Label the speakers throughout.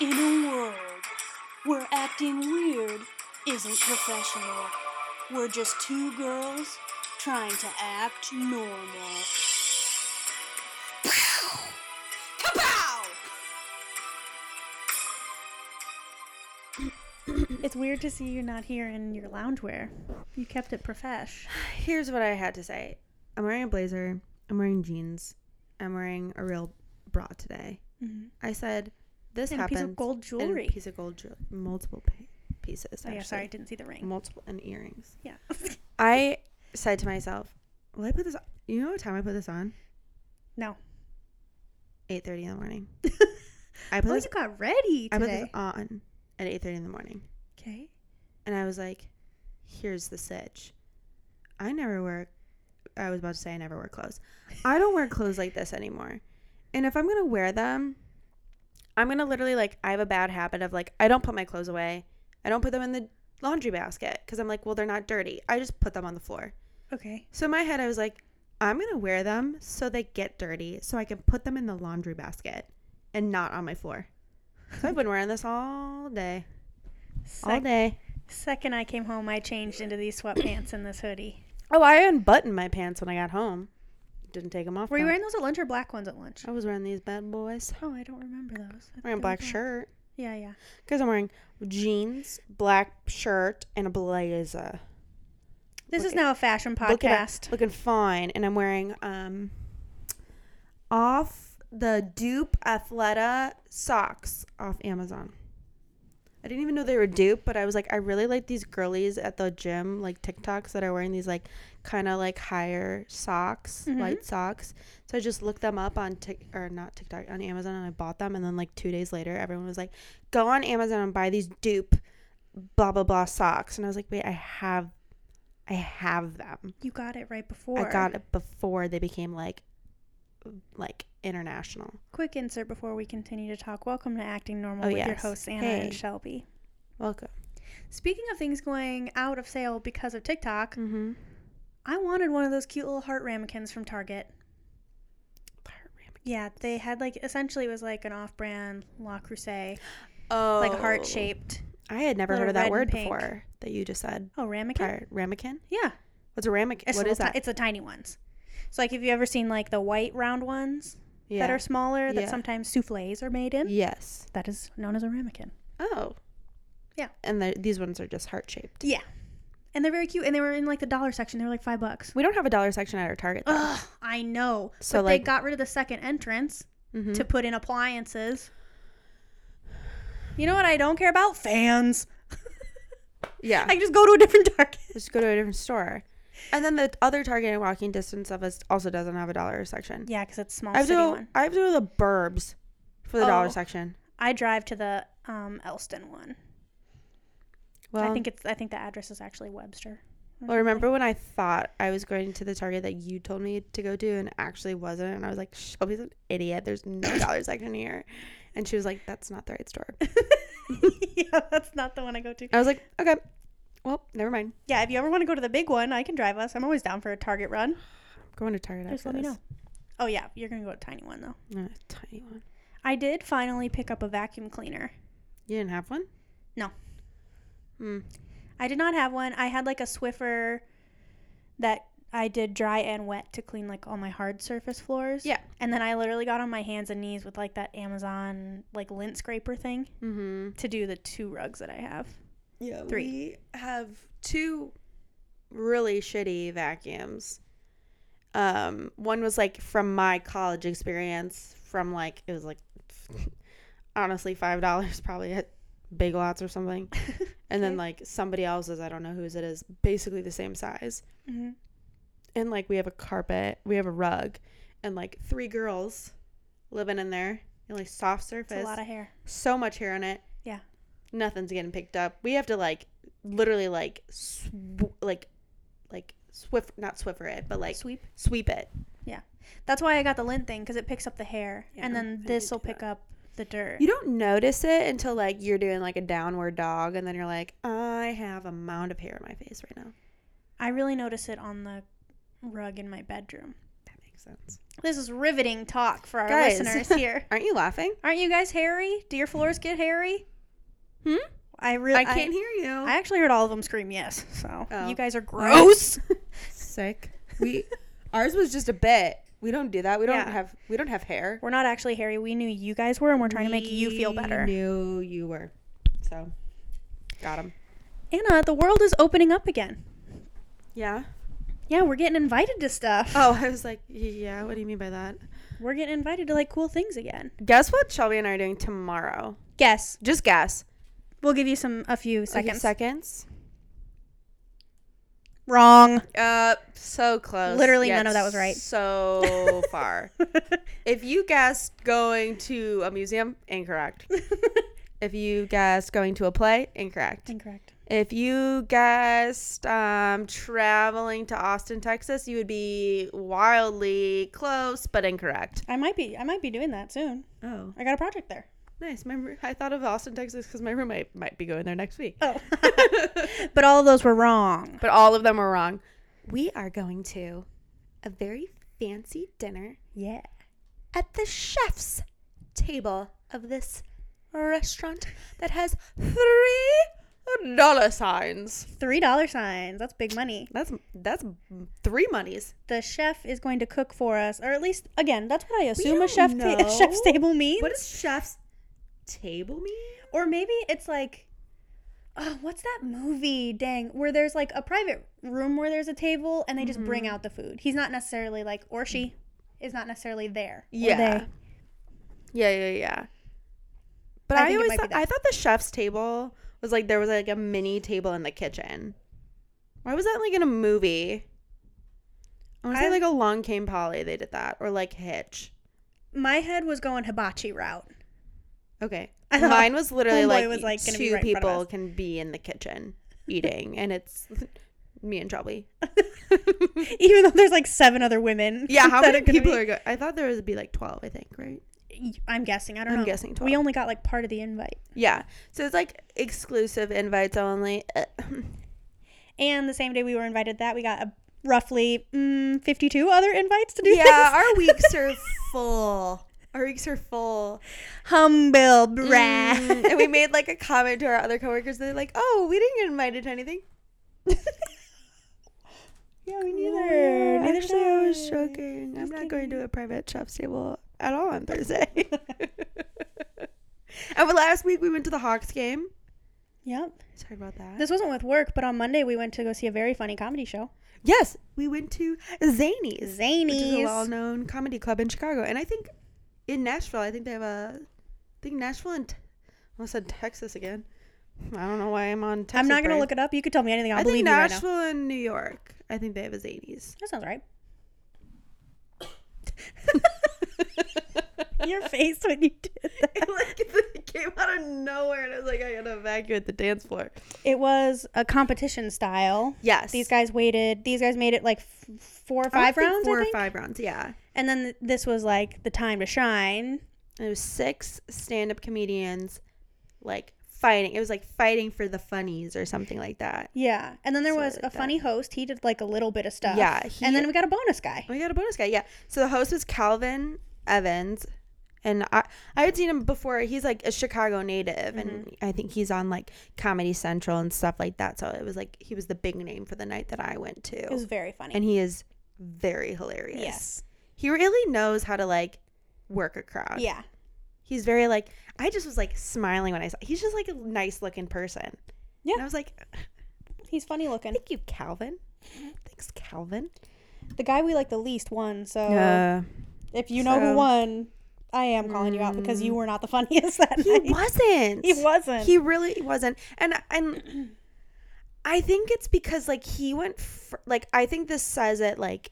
Speaker 1: In a world where acting weird isn't professional, we're just two girls trying to act normal. Pow! Kapow!
Speaker 2: It's weird to see you not here in your loungewear. You kept it profesh.
Speaker 3: Here's what I had to say. I'm wearing a blazer. I'm wearing jeans. I'm wearing a real bra today. I said this
Speaker 2: Mm-hmm. And a
Speaker 3: happened.
Speaker 2: piece of gold
Speaker 3: and a
Speaker 2: jewelry.
Speaker 3: piece of gold jewelry. Multiple pa- pieces.
Speaker 2: Oh yeah,
Speaker 3: actually.
Speaker 2: sorry, I didn't see the ring.
Speaker 3: Multiple and earrings.
Speaker 2: Yeah.
Speaker 3: I said to myself, "Will I put this? On? You know what time I put this on?
Speaker 2: no.
Speaker 3: 8:30 in the morning. I put
Speaker 2: Oh,
Speaker 3: this.
Speaker 2: you got ready
Speaker 3: I uh, put this
Speaker 2: today.
Speaker 3: on at 8:30 in the morning,
Speaker 2: Okay.
Speaker 3: and I was like, "Here's the sitch. I never wear. I was about to say I never wear clothes. I don't wear clothes like this anymore. And if I'm gonna wear them, I'm gonna literally like. I have a bad habit of like. I don't put my clothes away. I don't put them in the laundry basket because I'm like, well, they're not dirty. I just put them on the floor.
Speaker 2: Okay.
Speaker 3: So in my head, I was like, I'm gonna wear them so they get dirty, so I can put them in the laundry basket and not on my floor. So I've been wearing this all day, all
Speaker 2: Sec-
Speaker 3: day.
Speaker 2: Second I came home, I changed into these sweatpants and this hoodie.
Speaker 3: Oh, I unbuttoned my pants when I got home. Didn't take them off.
Speaker 2: Were you
Speaker 3: though.
Speaker 2: wearing those at lunch or black ones at lunch?
Speaker 3: I was wearing these bad boys.
Speaker 2: Oh, I don't remember those. I thought
Speaker 3: Wearing a
Speaker 2: they were
Speaker 3: black shirt
Speaker 2: Yeah, yeah.
Speaker 3: because I'm wearing jeans, black shirt, and a blazer.
Speaker 2: This
Speaker 3: Look
Speaker 2: is
Speaker 3: at-
Speaker 2: now a fashion
Speaker 3: Looking at-
Speaker 2: podcast.
Speaker 3: looking fine, and I'm wearing um off the dupe Athleta socks off Amazon. I didn't even know they were dupe, but I was like, I really like these girlies at the gym, like TikToks that are wearing these like kind of like higher socks, light socks. So I just looked them up on Tik or not TikTok on Amazon, and I bought them. And then like two days later, everyone was like, go on Amazon and buy these dupe, blah blah blah socks. And I was like, wait, I have, I have them.
Speaker 2: you got it right before.
Speaker 3: I got it before they became like like international.
Speaker 2: Quick insert before we continue to talk. Welcome to Acting Normal
Speaker 3: Oh,
Speaker 2: with your
Speaker 3: yes.
Speaker 2: hosts Anna
Speaker 3: Hey.
Speaker 2: and Shelby.
Speaker 3: Welcome.
Speaker 2: Speaking of things going out of sale because of TikTok,
Speaker 3: Mm-hmm.
Speaker 2: I wanted one of those cute little heart ramekins from Target. Yeah, they had like essentially it was like an off-brand La Crusade,
Speaker 3: Oh,
Speaker 2: like heart-shaped.
Speaker 3: I had never
Speaker 2: Little
Speaker 3: heard of
Speaker 2: red
Speaker 3: that
Speaker 2: and
Speaker 3: word
Speaker 2: pink.
Speaker 3: before that you just said.
Speaker 2: Oh, ramekin.
Speaker 3: Prior, ramekin.
Speaker 2: Yeah,
Speaker 3: What's a ramekin?
Speaker 2: it's
Speaker 3: what
Speaker 2: little
Speaker 3: is
Speaker 2: ti-
Speaker 3: that?
Speaker 2: it's the tiny ones. So like, have you ever seen like the white round ones
Speaker 3: yeah.
Speaker 2: that are smaller that
Speaker 3: Yeah.
Speaker 2: sometimes souffles are made in?
Speaker 3: yes.
Speaker 2: That is known as a ramekin.
Speaker 3: Oh.
Speaker 2: Yeah.
Speaker 3: And the, these ones are just heart shaped.
Speaker 2: Yeah, and they're very cute, and they were in like the dollar section. They were like five bucks.
Speaker 3: We don't have a dollar section at our Target. Though.
Speaker 2: Ugh, I know.
Speaker 3: So,
Speaker 2: but they
Speaker 3: like-
Speaker 2: got rid of the second entrance
Speaker 3: Mhm.
Speaker 2: to put in appliances. You know what I don't care about? Fans.
Speaker 3: yeah.
Speaker 2: I can just go to a different Target.
Speaker 3: just go to a different store. And then the other Target in walking distance of us also doesn't have a dollar section.
Speaker 2: Yeah, because it's small
Speaker 3: I have to
Speaker 2: city
Speaker 3: go,
Speaker 2: one.
Speaker 3: I have to go to the Burbs for the
Speaker 2: Oh.
Speaker 3: dollar section.
Speaker 2: I drive to the um, Elston one.
Speaker 3: Well,
Speaker 2: I think it's. I think the address is actually Webster. or
Speaker 3: Well, remember when I thought I was going to the Target that you told me to go to and actually wasn't? And I was like, Shelby's an idiot. There's no dollar section here. And she was like, that's not the right store.
Speaker 2: something. yeah, that's not the one I go to.
Speaker 3: I was like, okay. Well, never mind.
Speaker 2: Yeah, if you ever want to go to the big one, I can drive us. I'm always down for a Target run.
Speaker 3: I'm going to Target
Speaker 2: Just
Speaker 3: after
Speaker 2: let me
Speaker 3: this.
Speaker 2: know. Oh yeah, you're gonna go to tiny one though.
Speaker 3: Uh, tiny one.
Speaker 2: I did finally pick up a vacuum cleaner.
Speaker 3: You didn't have one?
Speaker 2: No.
Speaker 3: Hmm.
Speaker 2: I did not have one. I had like a Swiffer that I did dry and wet to clean like all my hard surface floors.
Speaker 3: Yeah.
Speaker 2: And then I literally got on my hands and knees with like that Amazon like lint scraper thing
Speaker 3: Mm-hmm.
Speaker 2: to do the two rugs that I have.
Speaker 3: Yeah.
Speaker 2: Three.
Speaker 3: We have two really shitty vacuums. Um, one was like from my college experience, from like it was like honestly five dollars probably at Big Lots or something, and then
Speaker 2: Okay.
Speaker 3: like somebody else's I don't know whose it is, basically the same size,
Speaker 2: Mhm.
Speaker 3: and like we have a carpet, we have a rug, and like three girls living in there, you know, like soft
Speaker 2: It's
Speaker 3: surface
Speaker 2: a lot of hair.
Speaker 3: so much hair on it.
Speaker 2: Yeah.
Speaker 3: Nothing's getting picked up. We have to like literally like sw- like like swift not swiffer it, but like
Speaker 2: Sweep.
Speaker 3: sweep it.
Speaker 2: That's why I got the lint thing because it picks up the hair,
Speaker 3: Yeah,
Speaker 2: and
Speaker 3: I
Speaker 2: then
Speaker 3: did
Speaker 2: this will
Speaker 3: do
Speaker 2: pick up the dirt.
Speaker 3: You don't notice it until like you're doing like a downward dog and then you're like, I have a mound of hair in my face right now.
Speaker 2: I really notice it on the rug in my bedroom.
Speaker 3: That makes makes sense.
Speaker 2: This is riveting talk for our
Speaker 3: Guys.
Speaker 2: listeners here.
Speaker 3: Aren't you laughing?
Speaker 2: Aren't you guys hairy? Do your floors get hairy?
Speaker 3: Hmm?
Speaker 2: I really
Speaker 3: I can't hear you.
Speaker 2: I actually heard all of them scream yes. So
Speaker 3: Oh.
Speaker 2: you guys are gross.
Speaker 3: Sick. We ours was just a bit. We don't do that. We don't
Speaker 2: Yeah.
Speaker 3: have we don't have hair.
Speaker 2: we're not actually hairy. We knew you guys were, and we're trying to make you feel
Speaker 3: We
Speaker 2: better.
Speaker 3: Knew you were. So got him.
Speaker 2: Anna, the world is opening up again.
Speaker 3: Yeah.
Speaker 2: Yeah, we're getting invited to stuff.
Speaker 3: Oh, I was like, yeah. What do you mean by that?
Speaker 2: We're getting invited to like cool things again.
Speaker 3: Guess what? Shelby and I are doing tomorrow.
Speaker 2: Guess.
Speaker 3: Just guess.
Speaker 2: We'll give you some a few
Speaker 3: Okay,
Speaker 2: seconds.
Speaker 3: seconds.
Speaker 2: Wrong.
Speaker 3: Uh, so close.
Speaker 2: Literally
Speaker 3: yet
Speaker 2: none of that was right.
Speaker 3: So far. if you guessed going to a museum, incorrect. If you guessed going to a play, incorrect.
Speaker 2: Incorrect.
Speaker 3: If you guessed um, traveling to Austin, Texas, you would be wildly close but incorrect.
Speaker 2: I might be I might be doing that soon.
Speaker 3: Oh,
Speaker 2: I got a project there.
Speaker 3: nice. My, roo- I thought of Austin, Texas because my roommate might be going there next week.
Speaker 2: Oh. but all of those were wrong.
Speaker 3: But all of them were wrong. We are going to a very fancy dinner
Speaker 2: Yeah.
Speaker 3: at the chef's table of this restaurant that has three dollar signs.
Speaker 2: Three dollar signs. That's big money.
Speaker 3: That's that's three monies.
Speaker 2: The chef is going to cook for us, or at least again, that's what I assume a
Speaker 3: don't
Speaker 2: chef ta-
Speaker 3: know.
Speaker 2: chef's table means.
Speaker 3: What does chef's table mean?
Speaker 2: or maybe it's like oh, what's that movie dang where there's like a private room where there's a table and they just bring
Speaker 3: Mm-hmm.
Speaker 2: out the food he's not necessarily like or she is not necessarily there Or
Speaker 3: Yeah.
Speaker 2: they.
Speaker 3: Yeah, yeah, yeah. But
Speaker 2: I
Speaker 3: I,
Speaker 2: think it
Speaker 3: always
Speaker 2: might be
Speaker 3: thought, I thought the chef's table was like there was like a mini table in the kitchen. Why was that like in a movie? I want to say
Speaker 2: I-
Speaker 3: like Along Came Polly they did that or like Hitch.
Speaker 2: my head was going hibachi route
Speaker 3: Okay,
Speaker 2: I thought
Speaker 3: mine was literally
Speaker 2: Homeboy
Speaker 3: like,
Speaker 2: was, like, gonna be
Speaker 3: two
Speaker 2: right in front of
Speaker 3: people
Speaker 2: us.
Speaker 3: can be in the kitchen eating, and it's me and Shelby.
Speaker 2: even though there's like seven other women
Speaker 3: Yeah, how
Speaker 2: that
Speaker 3: many
Speaker 2: gonna
Speaker 3: people
Speaker 2: be-
Speaker 3: are going? I thought there would be like twelve. I think right.
Speaker 2: i'm guessing i don't
Speaker 3: I'm
Speaker 2: know
Speaker 3: guessing
Speaker 2: we
Speaker 3: 12.
Speaker 2: only got like part of the invite
Speaker 3: Yeah, so it's like exclusive invites only.
Speaker 2: and the same day we were invited that we got a, roughly mm, 52 other invites to do
Speaker 3: Yeah,
Speaker 2: things.
Speaker 3: our weeks are full. Our weeks are full.
Speaker 2: humble
Speaker 3: Mm,
Speaker 2: brag
Speaker 3: and we made like a comment to our other coworkers. They're like, "Oh, we didn't get invited to anything."
Speaker 2: yeah we
Speaker 3: Yeah,
Speaker 2: neither neither
Speaker 3: actually, I was
Speaker 2: did I.
Speaker 3: joking. I'm
Speaker 2: Just
Speaker 3: not going to a private chef's table at all on Thursday. and last week we went to the Hawks game.
Speaker 2: Yep.
Speaker 3: Sorry about that.
Speaker 2: This wasn't with work, but on Monday we went to go see a very funny comedy show.
Speaker 3: yes, we went to Zany's, which is a
Speaker 2: Zanies.
Speaker 3: well-known comedy club in Chicago, and I think in Nashville, I think they have a. I think Nashville and Te- I almost said Texas again. I don't know why I'm on. Texas
Speaker 2: I'm not gonna
Speaker 3: brain.
Speaker 2: look it up. You could tell me anything. I'll
Speaker 3: I
Speaker 2: believe
Speaker 3: think
Speaker 2: you right now.
Speaker 3: Nashville and New York. I think they have a Zanies.
Speaker 2: That sounds right. Your face when you did that.
Speaker 3: like it came out of nowhere, and I was like, I gotta evacuate the dance floor.
Speaker 2: It was a competition style.
Speaker 3: Yes,
Speaker 2: These guys waited. These guys made it like f- four or five rounds,
Speaker 3: four
Speaker 2: I think.
Speaker 3: or five rounds. Yeah,
Speaker 2: And then th- this was like the time to shine.
Speaker 3: and it was six stand-up comedians, like fighting. It was like fighting for the funnies or something like that.
Speaker 2: Yeah. And then there
Speaker 3: So
Speaker 2: was
Speaker 3: like
Speaker 2: a
Speaker 3: that.
Speaker 2: funny host. He did like a little bit of stuff.
Speaker 3: Yeah, he-
Speaker 2: and then we got a bonus guy.
Speaker 3: We Oh, got a bonus guy. Yeah. So the host was Calvin Evans. And I, I had seen him before. He's like a Chicago native, and
Speaker 2: Mm-hmm.
Speaker 3: I think he's on like Comedy Central and stuff like that. So it was like he was the big name for the night that I went
Speaker 2: It was
Speaker 3: to,
Speaker 2: very funny.
Speaker 3: and he is very hilarious.
Speaker 2: yes.
Speaker 3: he really knows how to like work a crowd.
Speaker 2: Yeah.
Speaker 3: he's very like I just was like smiling when I saw. He's just like a nice looking person.
Speaker 2: Yeah.
Speaker 3: and I was like,
Speaker 2: He's funny looking.
Speaker 3: thank you, Calvin.
Speaker 2: Mm-hmm.
Speaker 3: Thanks, Calvin.
Speaker 2: The guy we like the least won, so
Speaker 3: Uh,
Speaker 2: if you know
Speaker 3: so-
Speaker 2: who won, I am calling you out because you were not the funniest that
Speaker 3: he
Speaker 2: night.
Speaker 3: wasn't.
Speaker 2: He Mm. wasn't.
Speaker 3: He really wasn't. And and I think it's because like he went fir- like I think this says it like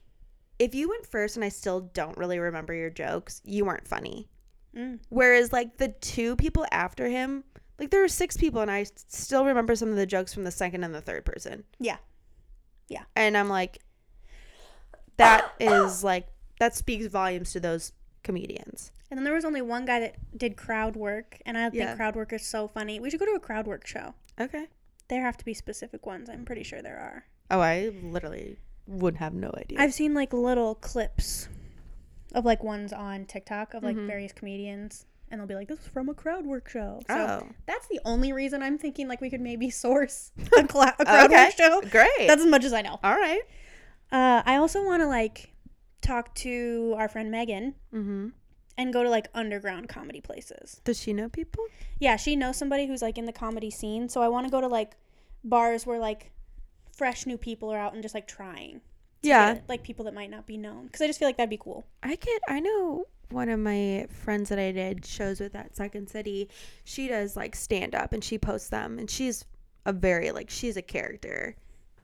Speaker 3: if you went first and I still don't really remember your jokes, you weren't funny.
Speaker 2: Mm.
Speaker 3: Whereas like the two people after him, like there were six people and I s- still remember some of the jokes from the second and the third person.
Speaker 2: Yeah. Yeah.
Speaker 3: And I'm like that is like that speaks volumes to those comedians.
Speaker 2: and then there was only one guy that did crowd work, and I think
Speaker 3: Yeah.
Speaker 2: crowd work is so funny. We should go to a crowd work show.
Speaker 3: Okay.
Speaker 2: There have to be specific ones. I'm pretty sure there are.
Speaker 3: Oh, I literally would have no idea.
Speaker 2: I've seen like little clips of like ones on TikTok of
Speaker 3: Mm-hmm.
Speaker 2: like various comedians, and they'll be like, "This is from a crowd work show." So
Speaker 3: Oh.
Speaker 2: that's the only reason I'm thinking like we could maybe source a, cla a crowd
Speaker 3: Okay,
Speaker 2: work show.
Speaker 3: great.
Speaker 2: That's as much as I know.
Speaker 3: All right.
Speaker 2: Uh, I also want to like talk to our friend Megan
Speaker 3: Mm-hmm.
Speaker 2: and go to like underground comedy places.
Speaker 3: Does she know people?
Speaker 2: Yeah, she knows somebody who's like in the comedy scene, so I want to go to like bars where like fresh new people are out and just like trying.
Speaker 3: Yeah.
Speaker 2: Like people that might not be known, because I just feel like that'd be cool.
Speaker 3: I get I know one of my friends that I did shows with at Second City. She does like stand up and she posts them and she's a very like she's a character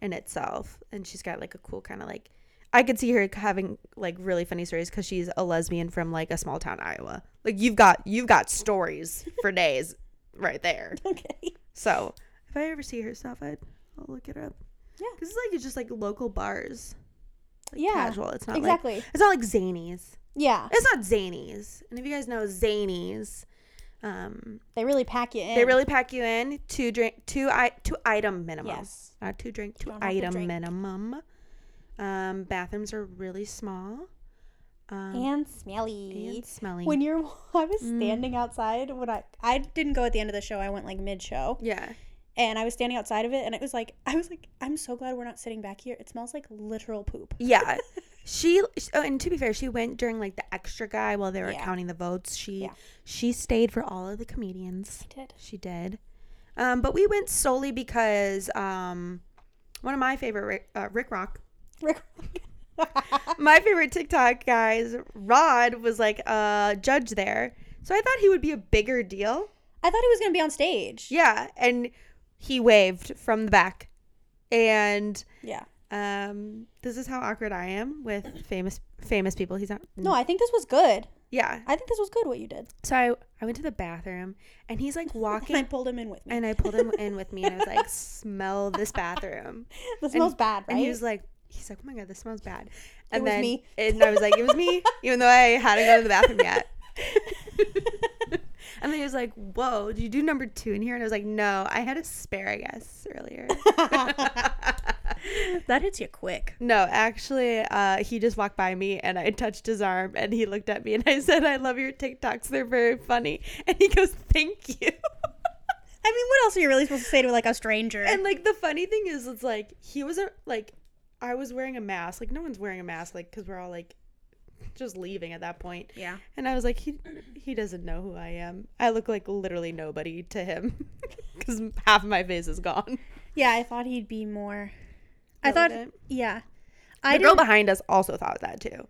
Speaker 3: in itself and she's got like a cool kind of like I could see her having like really funny stories cuz she's a lesbian from like a small town Iowa. Like you've got you've got stories for days right there.
Speaker 2: Okay.
Speaker 3: So, if I ever see her stuff, I'd I'll look it up.
Speaker 2: Yeah.
Speaker 3: Cuz it's like it's just like local bars. Like,
Speaker 2: Yeah,
Speaker 3: Casual. It's not like
Speaker 2: exactly.
Speaker 3: it's not like zanies.
Speaker 2: Yeah.
Speaker 3: It's not Zanies. And if you guys know Zanies, um,
Speaker 2: They really pack you in.
Speaker 3: they really pack you in two drink two i two item minimum.
Speaker 2: Yes.
Speaker 3: Not two drink, two
Speaker 2: don't have to
Speaker 3: item
Speaker 2: drink.
Speaker 3: minimum. Um, bathrooms are really small. Um,
Speaker 2: and smelly.
Speaker 3: and smelly. Mm.
Speaker 2: when you're, I was standing outside when I I didn't go at the end of the show. I went like mid show,
Speaker 3: yeah.
Speaker 2: and I was standing outside of it, and it was like I was like I'm so glad we're not sitting back here. It smells like literal poop.
Speaker 3: Yeah. she oh, and to be fair, she went during like the extra guy while they were
Speaker 2: Yeah.
Speaker 3: counting the votes. She
Speaker 2: Yeah.
Speaker 3: she stayed for all of the comedians.
Speaker 2: I did.
Speaker 3: She did. Um, but we went solely because um, one of my favorite Rick, uh, Rick Rock
Speaker 2: Rick.
Speaker 3: my favorite TikTok guys, Rod was like a judge there. So I thought he would be a bigger deal.
Speaker 2: I thought he was gonna be on stage.
Speaker 3: Yeah, and he waved from the back. And
Speaker 2: Yeah.
Speaker 3: um this is how awkward I am with famous famous people. He's not
Speaker 2: No, I think this was good.
Speaker 3: Yeah.
Speaker 2: I think this was good what you did.
Speaker 3: So I, I went to the bathroom and he's like
Speaker 2: And I
Speaker 3: walking
Speaker 2: pulled him in with me.
Speaker 3: and I pulled him in with me and I was like, smell this bathroom.
Speaker 2: This smells bad, right?
Speaker 3: And he was like, he's like, oh my god, this smells bad. And
Speaker 2: was
Speaker 3: then,
Speaker 2: me.
Speaker 3: and I was like, it was me, even though I hadn't gone to the bathroom yet. and then he was like, whoa, did you do number two in here? And I was like, no, I had asparagus earlier.
Speaker 2: that hits you quick.
Speaker 3: no, actually, uh, he just walked by me and I touched his arm and he looked at me and I said, I love your TikToks. They're very funny. And he goes, thank you.
Speaker 2: I mean, what else are you really supposed to say to like a stranger?
Speaker 3: And like the funny thing is, it's like he was a like I was wearing a mask. Like no one's wearing a mask, like because we're all like just leaving at that point.
Speaker 2: yeah.
Speaker 3: And I was like, he he doesn't know who I am. I look like literally nobody to him because half of my face is gone.
Speaker 2: Yeah, I thought he'd be more. I
Speaker 3: Relevant.
Speaker 2: thought, yeah.
Speaker 3: The
Speaker 2: I
Speaker 3: girl
Speaker 2: didn't.
Speaker 3: behind us also thought that too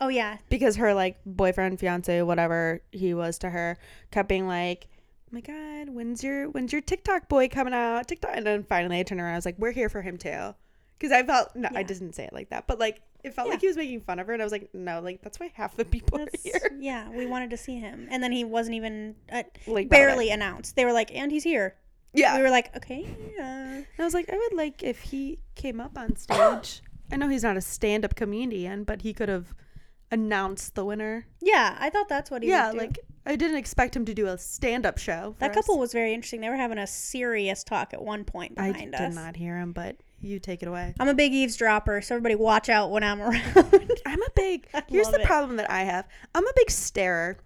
Speaker 2: oh yeah,
Speaker 3: because her like boyfriend, fiance, whatever he was to her, kept being like. Oh my God, when's your when's your TikTok boy coming out? TikTok, and then finally I turned around. I was like, "We're here for him too," because I felt no, I
Speaker 2: Yeah.
Speaker 3: didn't say it like that, but like it felt
Speaker 2: Yeah.
Speaker 3: like he was making fun of her, and I was like, "No, like that's why half the people
Speaker 2: that's
Speaker 3: are here."
Speaker 2: yeah. We wanted to see him, and then he wasn't even uh,
Speaker 3: Like, about
Speaker 2: barely announced. They were like, and he's here.
Speaker 3: Yeah,
Speaker 2: We were like, okay. Uh,
Speaker 3: And I was like, I would like if he came up on stage. I know he's not a stand up comedian, but he could have announced the winner.
Speaker 2: yeah, I thought that's what he.
Speaker 3: yeah,
Speaker 2: would do.
Speaker 3: like I didn't expect him to do a stand up show. for
Speaker 2: that
Speaker 3: us.
Speaker 2: couple was very interesting. They were having a serious talk at one point
Speaker 3: I
Speaker 2: behind
Speaker 3: did
Speaker 2: us.
Speaker 3: not hear him, but you take it away.
Speaker 2: I'm a big eavesdropper, so everybody watch out when I'm around.
Speaker 3: I'm a big. Here's
Speaker 2: love
Speaker 3: the
Speaker 2: it.
Speaker 3: problem that I have. I'm a big starer.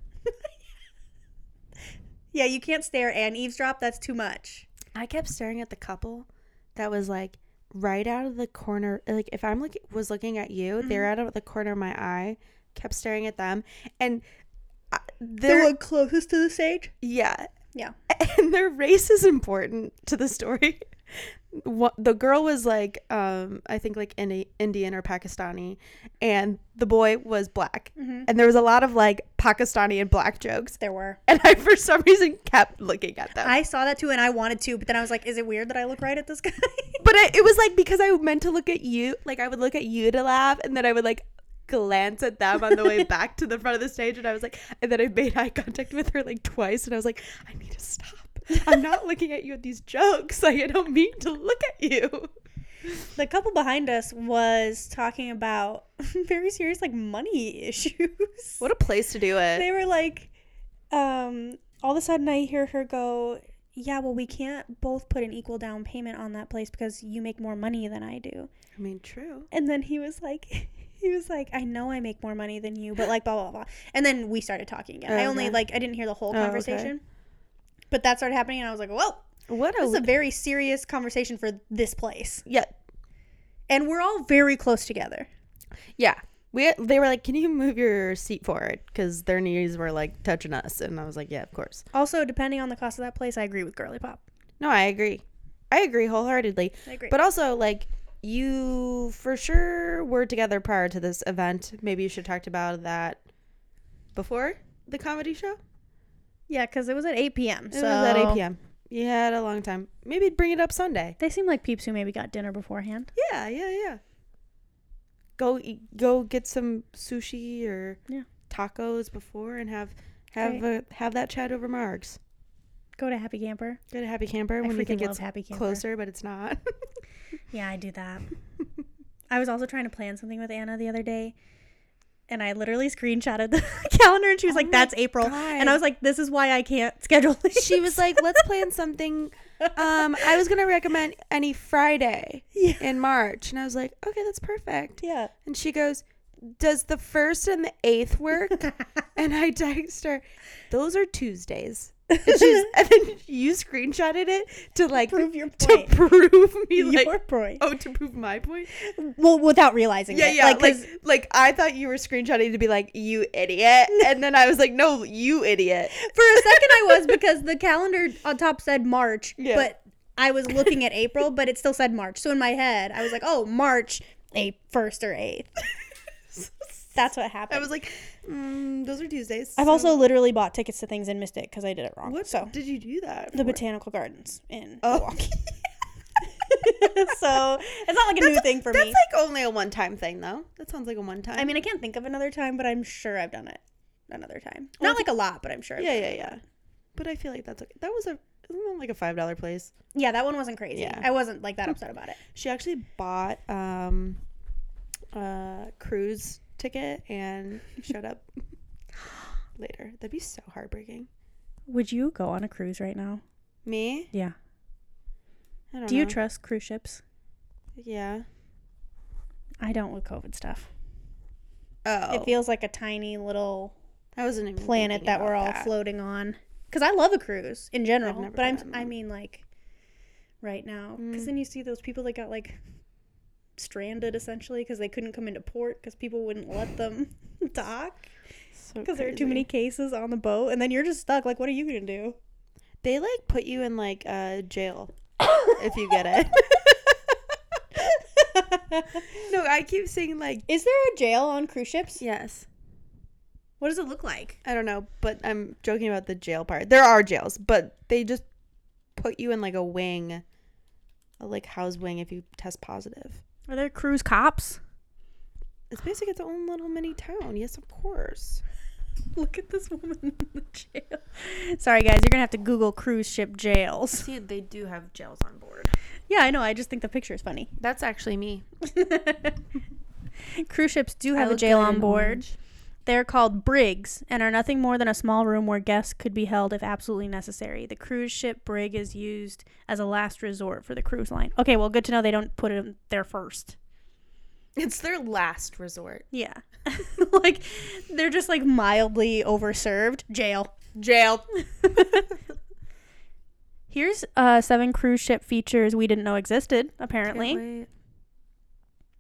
Speaker 2: yeah, you can't stare and eavesdrop. That's too much.
Speaker 3: I kept staring at the couple that was like right out of the corner. Like if I'm looking was looking at you, they're out of the corner of my eye. Kept staring at them, and I,
Speaker 2: The
Speaker 3: they're
Speaker 2: one closest to the stage.
Speaker 3: yeah.
Speaker 2: Yeah.
Speaker 3: and their race is important to the story. Wha- The girl was like, um, I think like Indi- Indian or Pakistani, and the boy was black. And there was a lot of like Pakistani and black jokes.
Speaker 2: There were.
Speaker 3: And I, for some reason, kept looking at them.
Speaker 2: I saw that too, and I wanted to, but then I was like, "Is it weird that I look right at this guy?"
Speaker 3: but I, it was like because I meant to look at you, like I would look at you to laugh, and then I would like glance at them on the way back to the front of the stage, and I was like, and then I made eye contact with her like twice, and I was like, I need to stop. I'm not looking at you at these jokes. Like I don't mean to look at you.
Speaker 2: the couple behind us was talking about very serious like money issues.
Speaker 3: What a place to do it.
Speaker 2: They were like, um, all of a sudden I hear her go, "Yeah, well, we can't both put an equal down payment on that place because you make more money than I do."
Speaker 3: I mean, true.
Speaker 2: And then he was like, he was like, I know I make more money than you, but like blah blah blah. And then we started talking again.
Speaker 3: Oh,
Speaker 2: I only
Speaker 3: okay.
Speaker 2: like I didn't hear the whole
Speaker 3: okay.
Speaker 2: conversation. But that started happening and I was like, Whoa,
Speaker 3: What
Speaker 2: this is
Speaker 3: a,
Speaker 2: a very serious conversation for this place.
Speaker 3: yeah,
Speaker 2: And we're all very close together.
Speaker 3: yeah. We they were like, can you move your seat forward? Because their knees were like touching us, and I was like, yeah, of course.
Speaker 2: Also, depending on the cost of that place, I agree with Girly Pop.
Speaker 3: No, I agree. I agree wholeheartedly.
Speaker 2: I agree.
Speaker 3: But also, like, you for sure were together prior to this event. Maybe you should have talked about that before the comedy show.
Speaker 2: Yeah, because it was at 8 p.m.
Speaker 3: It was at 8 p.m. You had a long time. Maybe bring it up Sunday.
Speaker 2: They seem like peeps who maybe got dinner beforehand.
Speaker 3: Yeah, yeah, yeah. Go eat, go get some sushi or
Speaker 2: Yeah.
Speaker 3: tacos before and have have a, have that chat over Margs.
Speaker 2: Go to Happy Camper.
Speaker 3: Go to Happy Camper
Speaker 2: I
Speaker 3: when you
Speaker 2: freaking
Speaker 3: think
Speaker 2: love
Speaker 3: it's
Speaker 2: Happy Camper.
Speaker 3: closer, but it's not.
Speaker 2: Yeah, I do that. I was also trying to plan something with Anna the other day, and I literally screenshotted the calendar, and she was
Speaker 3: my
Speaker 2: like, "That's April," and I
Speaker 3: God.
Speaker 2: was like, "This is why I can't schedule." This.
Speaker 3: she was like, "Let's plan something." Um, I was gonna recommend any Friday
Speaker 2: Yeah.
Speaker 3: in March, and I was like, "Okay, that's perfect."
Speaker 2: "Yeah."
Speaker 3: And she goes, "Does the first and the eighth work?" and I text her, "Those are Tuesdays." And, she's, and then you screenshotted it to like
Speaker 2: Prove your
Speaker 3: to
Speaker 2: point.
Speaker 3: prove me like
Speaker 2: Your point.
Speaker 3: oh to prove my point.
Speaker 2: Well, without realizing
Speaker 3: Yeah,
Speaker 2: it.
Speaker 3: yeah. Like, like,
Speaker 2: 'cause-
Speaker 3: I thought you were screenshotting to be like, you idiot. And then I was like, no, you idiot.
Speaker 2: for a second I was because the calendar on top said March,
Speaker 3: Yeah.
Speaker 2: but I was looking at April, but it still said March. So in my head, I was like, "Oh, March, a first or eighth. That's what happened.
Speaker 3: I was like, mm, those are Tuesdays.
Speaker 2: I've
Speaker 3: so
Speaker 2: also literally bought tickets to things and missed it because I did it wrong.
Speaker 3: What
Speaker 2: So
Speaker 3: did you do that?
Speaker 2: the
Speaker 3: for?
Speaker 2: botanical gardens in
Speaker 3: Oh.
Speaker 2: Milwaukee. so it's not like a new thing for
Speaker 3: That's
Speaker 2: me.
Speaker 3: like only a one time thing, though. That sounds like a one time.
Speaker 2: I mean, I can't think of another time, but I'm sure I've done it another time.
Speaker 3: Well,
Speaker 2: Not like a lot, but I'm sure. I've
Speaker 3: yeah,
Speaker 2: done
Speaker 3: yeah,
Speaker 2: it.
Speaker 3: yeah. But I feel like that's okay. That was a isn't that like a five dollar place?
Speaker 2: Yeah, that one wasn't crazy.
Speaker 3: Yeah.
Speaker 2: I wasn't like that upset about it.
Speaker 3: She actually bought um a cruise ticket and showed up later. That'd be so heartbreaking.
Speaker 2: Would you go on a cruise right now?
Speaker 3: Me?
Speaker 2: Yeah.
Speaker 3: I don't
Speaker 2: Do you
Speaker 3: know.
Speaker 2: trust cruise ships?
Speaker 3: yeah.
Speaker 2: I don't with COVID stuff.
Speaker 3: Oh,
Speaker 2: It feels like a tiny little
Speaker 3: I wasn't even
Speaker 2: planet
Speaker 3: thinking
Speaker 2: that we're
Speaker 3: about
Speaker 2: all
Speaker 3: that.
Speaker 2: floating on. Because I love a cruise in general,
Speaker 3: never
Speaker 2: but I'm
Speaker 3: been on
Speaker 2: I
Speaker 3: one.
Speaker 2: mean like right now. Because then you see those people that got like stranded essentially because they couldn't come into port because people wouldn't let them dock
Speaker 3: So
Speaker 2: because there are
Speaker 3: crazy.
Speaker 2: too many cases on the boat, and then you're just stuck. Like, what are you gonna do?
Speaker 3: They like put you in like uh jail if you get it. no, I keep saying like
Speaker 2: Is there a jail on cruise ships?
Speaker 3: yes.
Speaker 2: What does it look like?
Speaker 3: I don't know, but I'm joking about the jail part. There are jails, but they just put you in like a wing, a like house wing if you test positive.
Speaker 2: Are there cruise cops?
Speaker 3: It's basically its own little mini town. Yes, of course.
Speaker 2: Look at this woman in the jail. Sorry, guys, you're gonna have to Google cruise ship jails.
Speaker 3: See, they do have jails on board.
Speaker 2: Yeah, I know. I just think the picture is funny.
Speaker 3: That's actually me.
Speaker 2: cruise ships do have a jail on board. They're called brigs and are nothing more than a small room where guests could be held if absolutely necessary. The cruise ship brig is used as a last resort for the cruise line. Okay, well, good to know they don't put it there first.
Speaker 3: It's their last resort.
Speaker 2: Yeah. like, they're just like mildly overserved. Jail.
Speaker 3: Jail.
Speaker 2: Here's uh, seven cruise ship features we didn't know existed, apparently.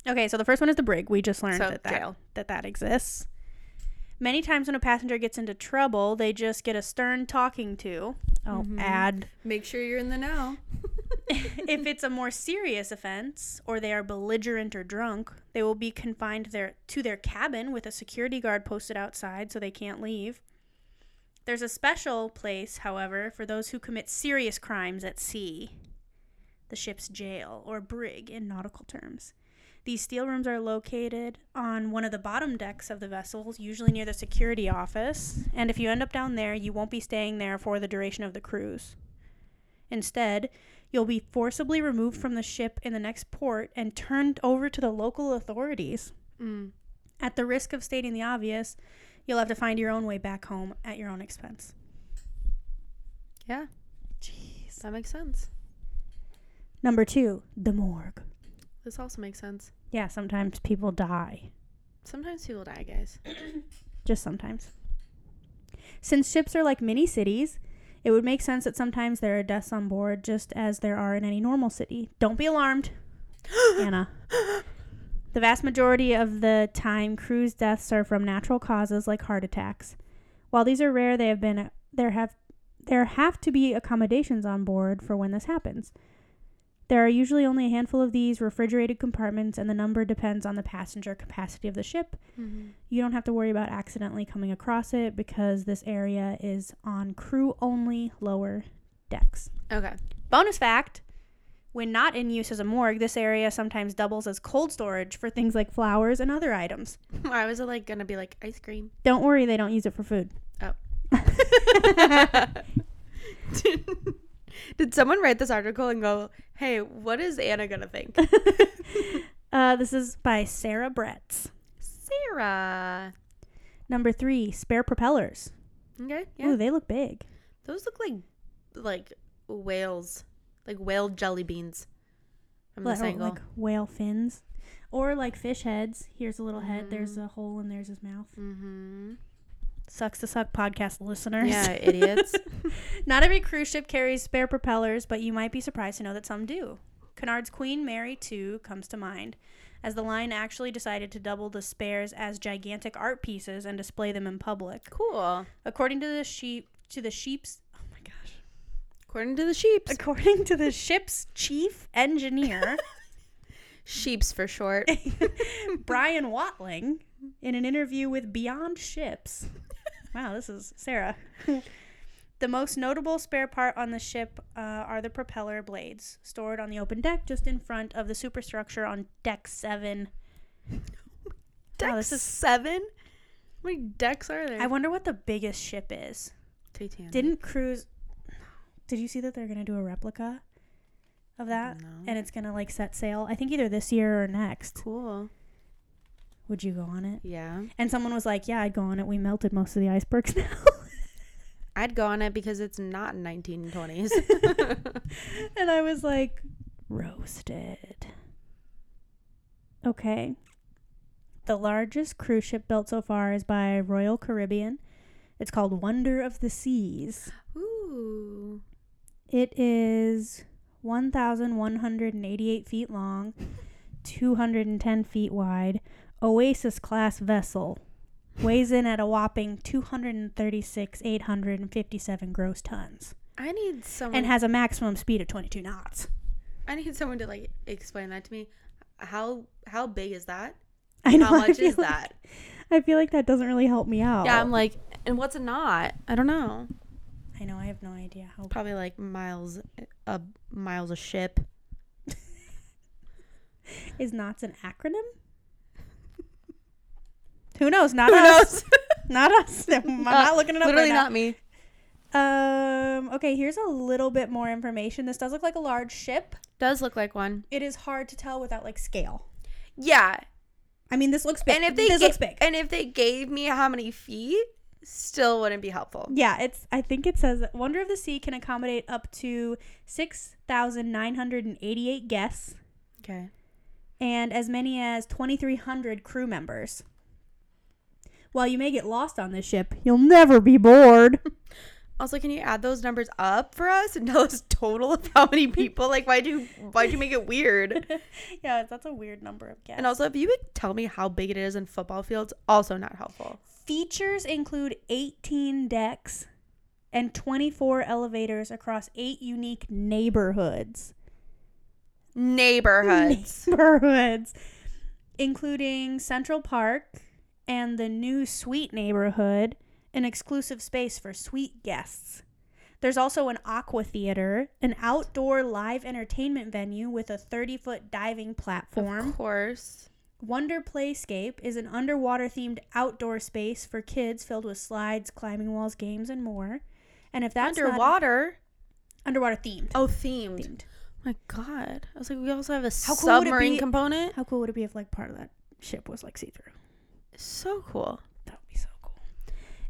Speaker 2: Okay, so the first one is the brig. We just learned
Speaker 3: So,
Speaker 2: that, that,
Speaker 3: jail.
Speaker 2: that that exists. Many times when a passenger gets into trouble, they just get a stern talking to. Oh, add.
Speaker 3: Make sure you're in the know.
Speaker 2: if it's a more serious offense or they are belligerent or drunk, they will be confined their, to their cabin with a security guard posted outside so they can't leave. There's a special place, however, for those who commit serious crimes at sea the ship's jail or brig in nautical terms. These steel rooms are located on one of the bottom decks of the vessels, usually near the security office, and if you end up down there, you won't be staying there for the duration of the cruise. Instead, you'll be forcibly removed from the ship in the next port and turned over to the local authorities.
Speaker 3: Mm.
Speaker 2: At the risk of stating the obvious, you'll have to find your own way back home at your own expense.
Speaker 3: Yeah. Jeez. That makes sense.
Speaker 2: Number two, the morgue.
Speaker 3: This also makes sense.
Speaker 2: Yeah, sometimes people die.
Speaker 3: Sometimes people die, guys.
Speaker 2: Just sometimes. Since ships are like mini cities, it would make sense that sometimes there are deaths on board just as there are in any normal city. Don't be alarmed, Anna. The vast majority of the time, cruise deaths are from natural causes like heart attacks. While these are rare, they have been there have there have to be accommodations on board for when this happens. There are usually only a handful of these refrigerated compartments, and the number depends on the passenger capacity of the ship you don't have to worry about accidentally coming across it because this area is on crew only lower decks.
Speaker 3: Okay.
Speaker 2: Bonus fact when not in use as a morgue, this area sometimes doubles as cold storage for things like flowers and other items.
Speaker 3: Why was it like gonna be like ice cream?
Speaker 2: Don't worry, they don't use it for food.
Speaker 3: Oh. Did someone write this article and go, "Hey, what is Anna gonna think?"
Speaker 2: Uh, this is by Sarah Bretz.
Speaker 3: Sarah.
Speaker 2: Number three, spare propellers.
Speaker 3: Okay. Yeah.
Speaker 2: Ooh, they look big.
Speaker 3: Those look like like whales, like whale jelly beans from
Speaker 2: Like- oh,
Speaker 3: this angle.
Speaker 2: Like whale fins. Or like fish heads. Here's a little head, there's a hole, and there's his mouth.
Speaker 3: mm-hmm.
Speaker 2: Sucks to suck podcast listeners.
Speaker 3: Yeah, idiots.
Speaker 2: Not every cruise ship carries spare propellers, but you might be surprised to know that some do. Cunard's Queen Mary II comes to mind, as the line actually decided to double the spares as gigantic art pieces and display them in public.
Speaker 3: cool.
Speaker 2: According to the sheep, to the sheep's, oh my gosh.
Speaker 3: According to the sheeps,
Speaker 2: According to the ship's chief engineer,
Speaker 3: sheeps for short.
Speaker 2: Brian Watling, in an interview with Beyond Ships. Wow, this is Sarah. the most notable spare part on the ship uh, are the propeller blades, stored on the open deck just in front of the superstructure on deck seven.
Speaker 3: Deck
Speaker 2: this is-
Speaker 3: seven. How many decks are there?
Speaker 2: I wonder what the biggest ship is.
Speaker 3: Titanic.
Speaker 2: Didn't cruise. Did you see that they're going to do a replica of that?
Speaker 3: No.
Speaker 2: And it's going to like set sail, I think either this year or next.
Speaker 3: cool.
Speaker 2: Would you go on it?
Speaker 3: Yeah,
Speaker 2: And someone was like, yeah, I'd go on it. We melted most of the icebergs now.
Speaker 3: I'd go on it because it's not 1920s.
Speaker 2: and I was like, roasted. Okay. The largest cruise ship built so far is by Royal Caribbean. It's called Wonder of the Seas.
Speaker 3: Ooh.
Speaker 2: It is 1,188 feet long, 210 feet wide, Oasis class vessel. Weighs in at a whopping 236,857 gross tons
Speaker 3: I need someone.
Speaker 2: and has a maximum speed of 22 knots.
Speaker 3: I need someone to like explain that to me. How how big is that?
Speaker 2: I know,
Speaker 3: How
Speaker 2: I
Speaker 3: much
Speaker 2: feel
Speaker 3: is
Speaker 2: like-
Speaker 3: that?
Speaker 2: I feel like that doesn't really help me out.
Speaker 3: Yeah, I'm like, and what's a knot? I don't know.
Speaker 2: I know. I have no idea how.
Speaker 3: Probably like miles a miles a ship.
Speaker 2: Is knots an acronym? Who knows? Not
Speaker 3: Who
Speaker 2: us.
Speaker 3: knows?
Speaker 2: Not us. I'm not looking it up.
Speaker 3: Literally
Speaker 2: right
Speaker 3: not me.
Speaker 2: Now. Um. Okay. Here's a little bit more information. This does look like a large ship.
Speaker 3: Does look like one.
Speaker 2: It is hard to tell without like scale.
Speaker 3: Yeah,
Speaker 2: I mean, this looks big.
Speaker 3: and if they
Speaker 2: this
Speaker 3: ga-
Speaker 2: looks big.
Speaker 3: and if they gave me how many feet, still wouldn't be helpful.
Speaker 2: yeah, it's. I think it says Wonder of the Sea can accommodate up to six thousand nine hundred and eighty-eight guests
Speaker 3: Okay.
Speaker 2: and as many as 2,300 crew members. While you may get lost on this ship, you'll never be bored.
Speaker 3: Also, can you add those numbers up for us and tell us total of how many people? Like, why do why do you make it weird?
Speaker 2: yeah, that's a weird number of guests.
Speaker 3: And also, if you would tell me how big it is in football fields, also not helpful.
Speaker 2: Features include 18 decks and 24 elevators across eight unique neighborhoods.
Speaker 3: Neighborhoods.
Speaker 2: Neighborhoods, including Central Park and the new Suite neighborhood, an exclusive space for suite guests. There's also an aqua theater, an outdoor live entertainment venue with a 30 foot diving platform.
Speaker 3: Of course.
Speaker 2: Wonder Playscape is an underwater themed outdoor space for kids filled with slides, climbing walls, games, and more. And if that's not-
Speaker 3: Underwater.
Speaker 2: underwater themed,
Speaker 3: Oh, themed.
Speaker 2: themed.
Speaker 3: my God. I was like, we also have a
Speaker 2: How cool would it
Speaker 3: submarine
Speaker 2: be-
Speaker 3: component.
Speaker 2: How cool would it be if like part of that ship was like see through?
Speaker 3: So cool.
Speaker 2: That would be so cool.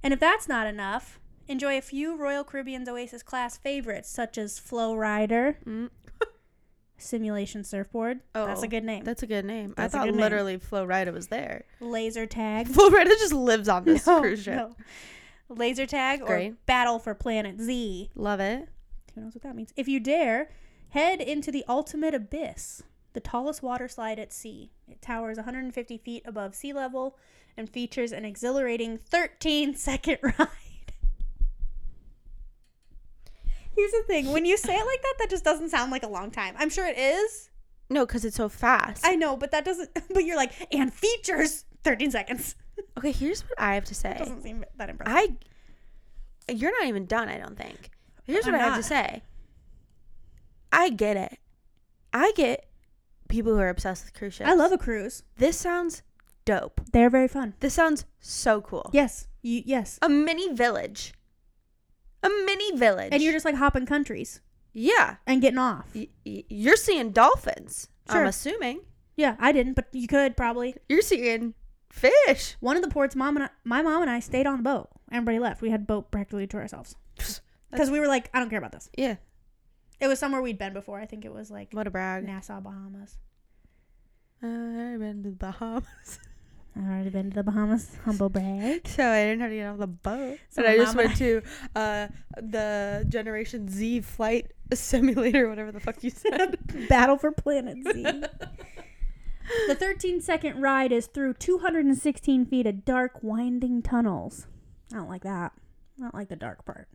Speaker 2: And if that's not enough, enjoy a few Royal Caribbean's Oasis class favorites such as Flow Rider,
Speaker 3: Mm.
Speaker 2: Simulation Surfboard. Oh, that's
Speaker 3: Oh,
Speaker 2: a good name.
Speaker 3: That's a good name.
Speaker 2: That's a
Speaker 3: I thought
Speaker 2: good name.
Speaker 3: literally Flo Rida was there.
Speaker 2: Laser Tag.
Speaker 3: Flo Rida just lives on this cruise ship.
Speaker 2: no. Laser Tag or
Speaker 3: Great.
Speaker 2: Battle for Planet Z.
Speaker 3: Love it.
Speaker 2: Who knows what that means? If you dare, head into the ultimate abyss, the tallest water slide at sea. It towers 150 feet above sea level and features an exhilarating 13 second ride. Here's the thing when you say it like that, that just doesn't sound like a long time. I'm sure it is.
Speaker 3: No, because it's so fast.
Speaker 2: I know, but that doesn't, but you're like, and features 13 seconds.
Speaker 3: okay, here's what I have to say.
Speaker 2: Doesn't seem that impressive.
Speaker 3: I you're not even done, I don't think. Here's what
Speaker 2: I'm
Speaker 3: I have
Speaker 2: not.
Speaker 3: to say. I get it. I get people who are obsessed with cruise ships.
Speaker 2: I love a cruise.
Speaker 3: this sounds dope.
Speaker 2: They're very fun.
Speaker 3: This sounds so cool.
Speaker 2: Yes. You, yes.
Speaker 3: A mini village. A mini village.
Speaker 2: And you're just like hopping countries
Speaker 3: Yeah.
Speaker 2: and getting off.
Speaker 3: Y- y- you're seeing dolphins.
Speaker 2: Sure.
Speaker 3: I'm assuming.
Speaker 2: Yeah, I didn't, but you could probably.
Speaker 3: You're seeing fish.
Speaker 2: One of the ports, mom and I, my mom and I stayed on the boat. Everybody left. We had boat practically to ourselves because we were like, I don't care about this.
Speaker 3: Yeah.
Speaker 2: It was somewhere we'd been before. I think it was like
Speaker 3: What a brag.
Speaker 2: Nassau, Bahamas.
Speaker 3: Uh, I've been to the Bahamas.
Speaker 2: I've already been to the Bahamas. Humble brag.
Speaker 3: So I didn't have to get off the boat.
Speaker 2: So
Speaker 3: So I
Speaker 2: my
Speaker 3: just
Speaker 2: mom and
Speaker 3: went to uh, the Generation Z flight simulator, whatever the fuck you said.
Speaker 2: Battle for Planet Z. the 13 second ride is through 216 feet of dark, winding tunnels. I don't like that. I don't like the dark part.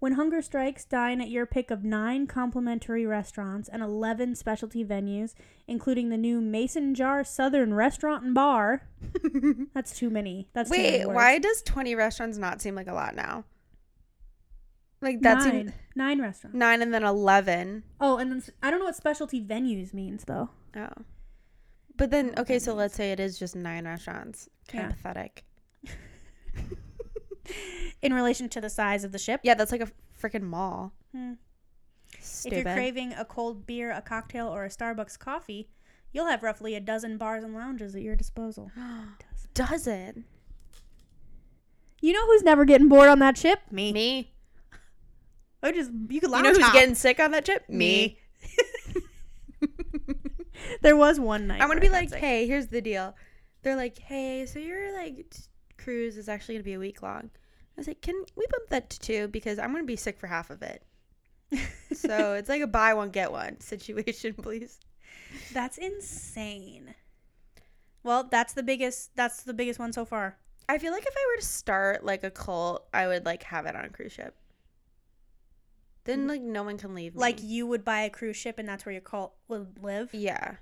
Speaker 2: When hunger strikes, dine at your pick of nine complimentary restaurants and 11 specialty venues, including the new Mason Jar Southern Restaurant and Bar. That's too many. That's too many
Speaker 3: Wait,
Speaker 2: words.
Speaker 3: why does 20 restaurants not seem like a lot now? Like that's
Speaker 2: nine.
Speaker 3: nine,
Speaker 2: nine restaurants.
Speaker 3: nine and then 11.
Speaker 2: Oh, and then s- I don't know what specialty venues means though.
Speaker 3: Oh. But then, okay, so let's say it is just nine restaurants. Kind
Speaker 2: Oh Yeah.
Speaker 3: of pathetic.
Speaker 2: In relation to the size of the ship.
Speaker 3: Yeah, that's like a freaking mall.
Speaker 2: Hmm.
Speaker 3: Stupid.
Speaker 2: If you're craving a cold beer, a cocktail, or a Starbucks coffee, you'll have roughly a dozen bars and lounges at your disposal.
Speaker 3: Does it?
Speaker 2: You know who's never getting bored on that ship? Me.
Speaker 3: Me.
Speaker 2: I just you could
Speaker 3: You
Speaker 2: lounge
Speaker 3: know who's
Speaker 2: hop.
Speaker 3: getting sick on that trip?
Speaker 2: Me. There was one night.
Speaker 3: I want
Speaker 2: where
Speaker 3: to be
Speaker 2: got
Speaker 3: like,
Speaker 2: sick.
Speaker 3: hey, here's the deal. They're like, hey, so your like t- cruise is actually gonna be a week long. I was like, can we bump that to two because I'm gonna be sick for half of it. so it's like a buy one get one situation, please.
Speaker 2: that's insane. Well, that's the biggest. That's the biggest one so far.
Speaker 3: I feel like if I were to start like a cult, I would like have it on a cruise ship. Then like no one can leave.
Speaker 2: Like
Speaker 3: me.
Speaker 2: you would buy a cruise ship, and that's where your cult would live.
Speaker 3: yeah,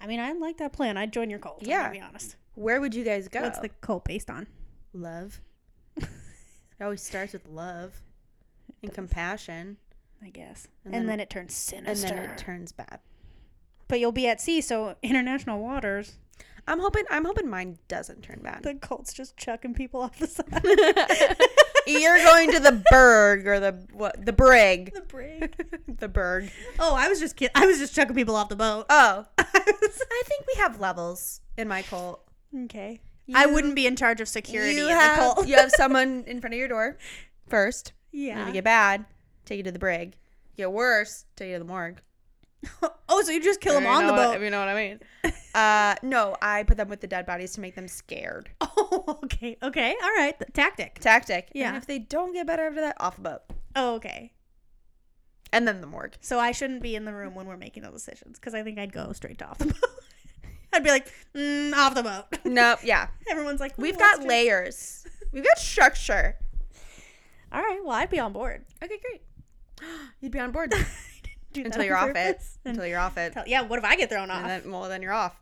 Speaker 2: I mean, I like that plan. I'd join your cult. Yeah,
Speaker 3: Yeah.
Speaker 2: to be honest.
Speaker 3: where would you guys go?
Speaker 2: What's the cult based on?
Speaker 3: love? it always starts with love and compassion,
Speaker 2: I guess. And,
Speaker 3: And then-
Speaker 2: then, it turns
Speaker 3: and
Speaker 2: sinister.
Speaker 3: then it turns bad.
Speaker 2: but you'll be at sea, so international waters.
Speaker 3: I'm hoping I'm hoping mine doesn't turn bad.
Speaker 2: The cult's just chucking people off the side.
Speaker 3: You're going to the berg or the what the brig.
Speaker 2: the brig.
Speaker 3: the berg.
Speaker 2: Oh, I was just kidding. I was just chucking people off the boat.
Speaker 3: Oh. I think we have levels in my cult.
Speaker 2: okay. I wouldn't be in charge of security
Speaker 3: You
Speaker 2: in the
Speaker 3: have,
Speaker 2: cult.
Speaker 3: you have someone in front of your door first. And if
Speaker 2: yeah.
Speaker 3: you get bad, take you to the brig. Get worse, take you to the morgue.
Speaker 2: oh, so you just kill them
Speaker 3: You
Speaker 2: on the
Speaker 3: know what-
Speaker 2: boat.
Speaker 3: if you know what I mean. Uh no, I put them with the dead bodies to make them scared.
Speaker 2: Oh, okay. Okay. All right. The tactic.
Speaker 3: Tactic.
Speaker 2: Yeah.
Speaker 3: And if they don't get better after that, off the boat.
Speaker 2: Oh, okay.
Speaker 3: And then the morgue.
Speaker 2: So I shouldn't be in the room when we're making those decisions because I think I'd go straight to off the boat. I'd be like, mm, off the boat.
Speaker 3: Nope, yeah.
Speaker 2: Everyone's like,
Speaker 3: We've
Speaker 2: "Oh,
Speaker 3: got
Speaker 2: let's do-"
Speaker 3: layers. We've got structure.
Speaker 2: All right. Well, I'd be on board.
Speaker 3: Okay, great. You'd be on board
Speaker 2: Do that
Speaker 3: until
Speaker 2: on
Speaker 3: you're off it.
Speaker 2: purpose and
Speaker 3: Until you're off it.
Speaker 2: tell- yeah. What if I get thrown off?
Speaker 3: And then, well, then you're off.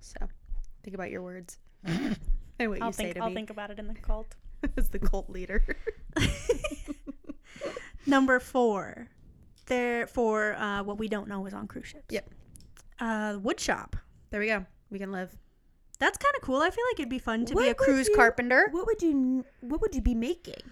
Speaker 3: So, think about your words and what
Speaker 2: I'll
Speaker 3: you say
Speaker 2: think.
Speaker 3: to
Speaker 2: I'll
Speaker 3: me
Speaker 2: think about it in the cult.
Speaker 3: as the cult leader.
Speaker 2: Number four, there for uh, what we don't know is on cruise ships.
Speaker 3: Yep.
Speaker 2: Uh, wood shop.
Speaker 3: there we go. We can live.
Speaker 2: That's kind of cool. I feel like it'd be fun to
Speaker 3: What
Speaker 2: be a
Speaker 3: would
Speaker 2: cruise
Speaker 3: you-
Speaker 2: carpenter.
Speaker 3: What would you What would you be making?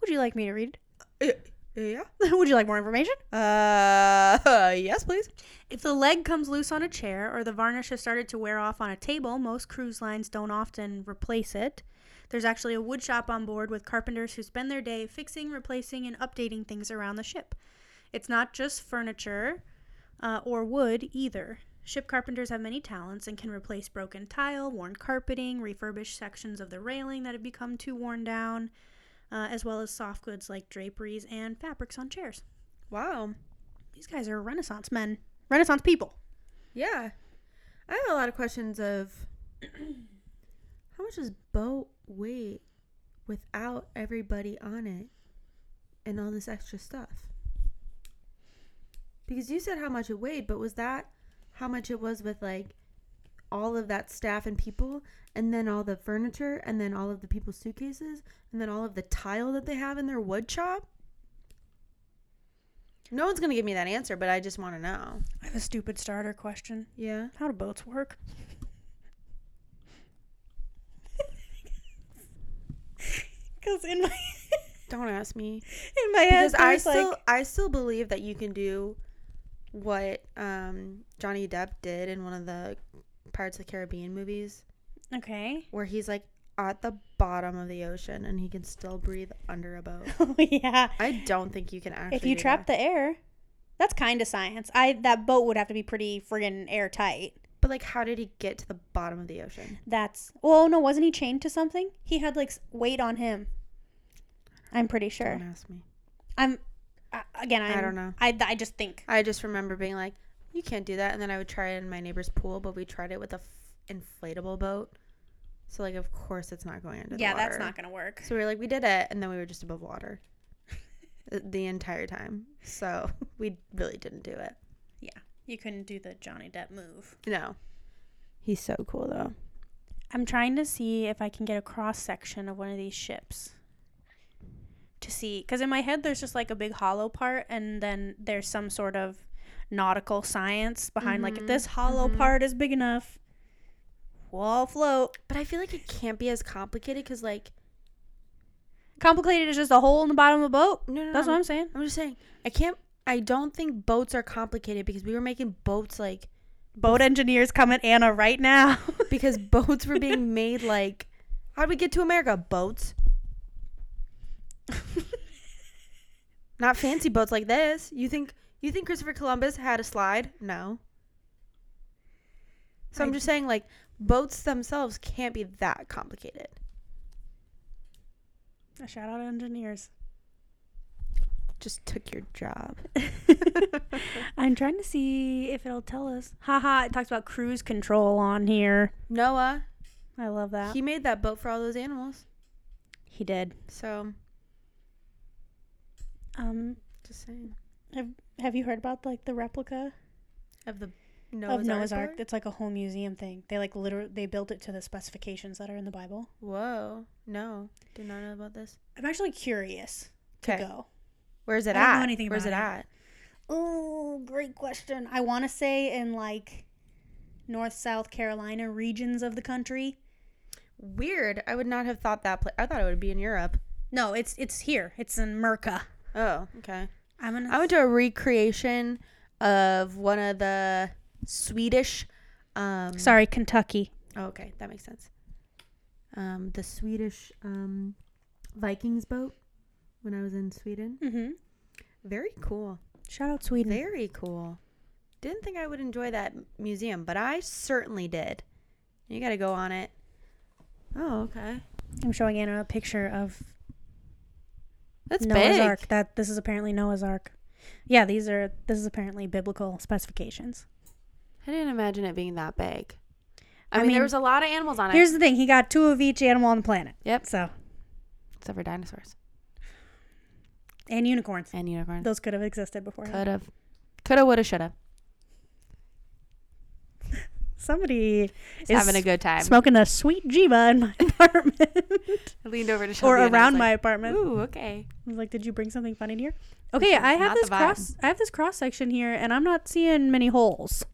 Speaker 2: Would you like me to read?
Speaker 3: yeah.
Speaker 2: would you like more information?
Speaker 3: Uh, yes, please.
Speaker 2: If the leg comes loose on a chair or the varnish has started to wear off on a table, most cruise lines don't often replace it. There's actually a wood shop on board with carpenters who spend their day fixing, replacing, and updating things around the ship. It's not just furniture uh, or wood either. Ship carpenters have many talents and can replace broken tile, worn carpeting, refurbish sections of the railing that have become too worn down, uh, as well as soft goods like draperies and fabrics on chairs.
Speaker 3: Wow.
Speaker 2: These guys are Renaissance men, Renaissance people.
Speaker 3: Yeah. I have a lot of questions of how much does boat weigh without everybody on it and all this extra stuff? Because you said how much it weighed, but was that how much it was with like all of that staff and people and then all the furniture and then all of the people's suitcases and then all of the tile that they have in their wood shop? No one's going to give me that answer, but I just want to know.
Speaker 2: I have a stupid starter question.
Speaker 3: Yeah.
Speaker 2: How do boats work? Because in my
Speaker 3: Don't ask me.
Speaker 2: in my head,
Speaker 3: because I
Speaker 2: there's,
Speaker 3: still
Speaker 2: like,
Speaker 3: I still believe that you can do what um, Johnny Depp did in one of the Pirates of the Caribbean movies,
Speaker 2: okay.
Speaker 3: where he's like at the bottom of the ocean and he can still breathe under a boat.
Speaker 2: Oh yeah.
Speaker 3: I don't think you can actually.
Speaker 2: if you
Speaker 3: do
Speaker 2: trap
Speaker 3: that.
Speaker 2: the air, that's kind of science. I that boat would have to be pretty friggin' airtight.
Speaker 3: but like, how did he get to the bottom of the ocean?
Speaker 2: That's well, no, wasn't he chained to something? He had like s- weight on him. I'm pretty sure.
Speaker 3: Don't ask me.
Speaker 2: I'm uh, again. I'm,
Speaker 3: I don't know.
Speaker 2: I I just think.
Speaker 3: I just remember being like, you can't do that, and then I would try it in my neighbor's pool, but we tried it with a f- inflatable boat. So like, of course, it's not going under. the
Speaker 2: Yeah, that's
Speaker 3: water.
Speaker 2: not gonna work.
Speaker 3: So we were like, we did it, and then we were just above water the entire time. So we really didn't do it.
Speaker 2: Yeah, you couldn't do the Johnny Depp move.
Speaker 3: No. He's so cool though.
Speaker 2: I'm trying to see if I can get a cross section of one of these ships to see because in my head there's just like a big hollow part and then there's some sort of nautical science behind like if this hollow part is big enough we'll float
Speaker 3: But I feel like it can't be as complicated because, like,
Speaker 2: complicated is just a hole in the bottom of a boat
Speaker 3: No, no,
Speaker 2: that's
Speaker 3: no.
Speaker 2: what i'm saying
Speaker 3: I'm just saying, I can't. I don't think boats are complicated because we were making boats like
Speaker 2: boat engineers come at anna right now
Speaker 3: because boats were being made like how would we get to America? Boats, not fancy boats like this. You think you think Christopher Columbus had a slide? No. So I'm
Speaker 2: I-
Speaker 3: just saying, like boats themselves can't be that complicated.
Speaker 2: a shout out to engineers
Speaker 3: Just took your job.
Speaker 2: i'm trying to see if it'll tell us haha it talks about cruise control on here
Speaker 3: Noah,
Speaker 2: i love that
Speaker 3: he made that boat for all those animals.
Speaker 2: he did
Speaker 3: So
Speaker 2: um
Speaker 3: just saying.
Speaker 2: Have you heard about like the replica
Speaker 3: Of the Noah's,
Speaker 2: of Noah's Ark?
Speaker 3: boat?
Speaker 2: That's like a whole museum thing. They like literally they built it to the specifications that are in the Bible.
Speaker 3: Whoa, no, did not know about this.
Speaker 2: I'm actually curious to
Speaker 3: Okay,
Speaker 2: go.
Speaker 3: where's it
Speaker 2: I don't
Speaker 3: at?
Speaker 2: know anything
Speaker 3: where's it
Speaker 2: about
Speaker 3: at?
Speaker 2: Oh, great question. I want to say in like North South Carolina regions of the country.
Speaker 3: Weird. I would not have thought that place. I thought it would be in Europe.
Speaker 2: No, it's it's here. It's in Merca.
Speaker 3: Oh, okay.
Speaker 2: I'm gonna.
Speaker 3: I went to a recreation of one of the Swedish. Um,
Speaker 2: Sorry, Kentucky.
Speaker 3: oh, okay, that makes sense. Um, the Swedish um, Vikings boat when I was in Sweden. Mm.
Speaker 2: Mm-hmm.
Speaker 3: Very cool.
Speaker 2: Shout out Sweden.
Speaker 3: Very cool. Didn't think I would enjoy that m- museum, but I certainly did. You got to go on it. Oh, okay.
Speaker 2: I'm showing Anna a picture of
Speaker 3: That's
Speaker 2: Noah's
Speaker 3: big.
Speaker 2: Ark. That this is apparently Noah's Ark. Yeah, these are this is apparently biblical specifications.
Speaker 3: I didn't imagine it being that big. I,
Speaker 2: I
Speaker 3: mean,
Speaker 2: mean,
Speaker 3: there was a lot of animals on it.
Speaker 2: Here's the thing: he got two of each animal on the planet.
Speaker 3: Yep.
Speaker 2: So
Speaker 3: except for dinosaurs
Speaker 2: and unicorns.
Speaker 3: and unicorns.
Speaker 2: Those could have existed before. him.
Speaker 3: Could have, could have, would have, should have.
Speaker 2: Somebody is
Speaker 3: Having a good time.
Speaker 2: smoking a sweet jiva in my apartment
Speaker 3: I leaned over to Shelby
Speaker 2: or
Speaker 3: and I was
Speaker 2: around my
Speaker 3: like,
Speaker 2: apartment.
Speaker 3: Ooh, okay.
Speaker 2: I was like, did you bring something fun in here? Okay, I
Speaker 3: not
Speaker 2: have
Speaker 3: the
Speaker 2: this
Speaker 3: vibe.
Speaker 2: cross. I have this cross section here, and I'm not seeing many holes.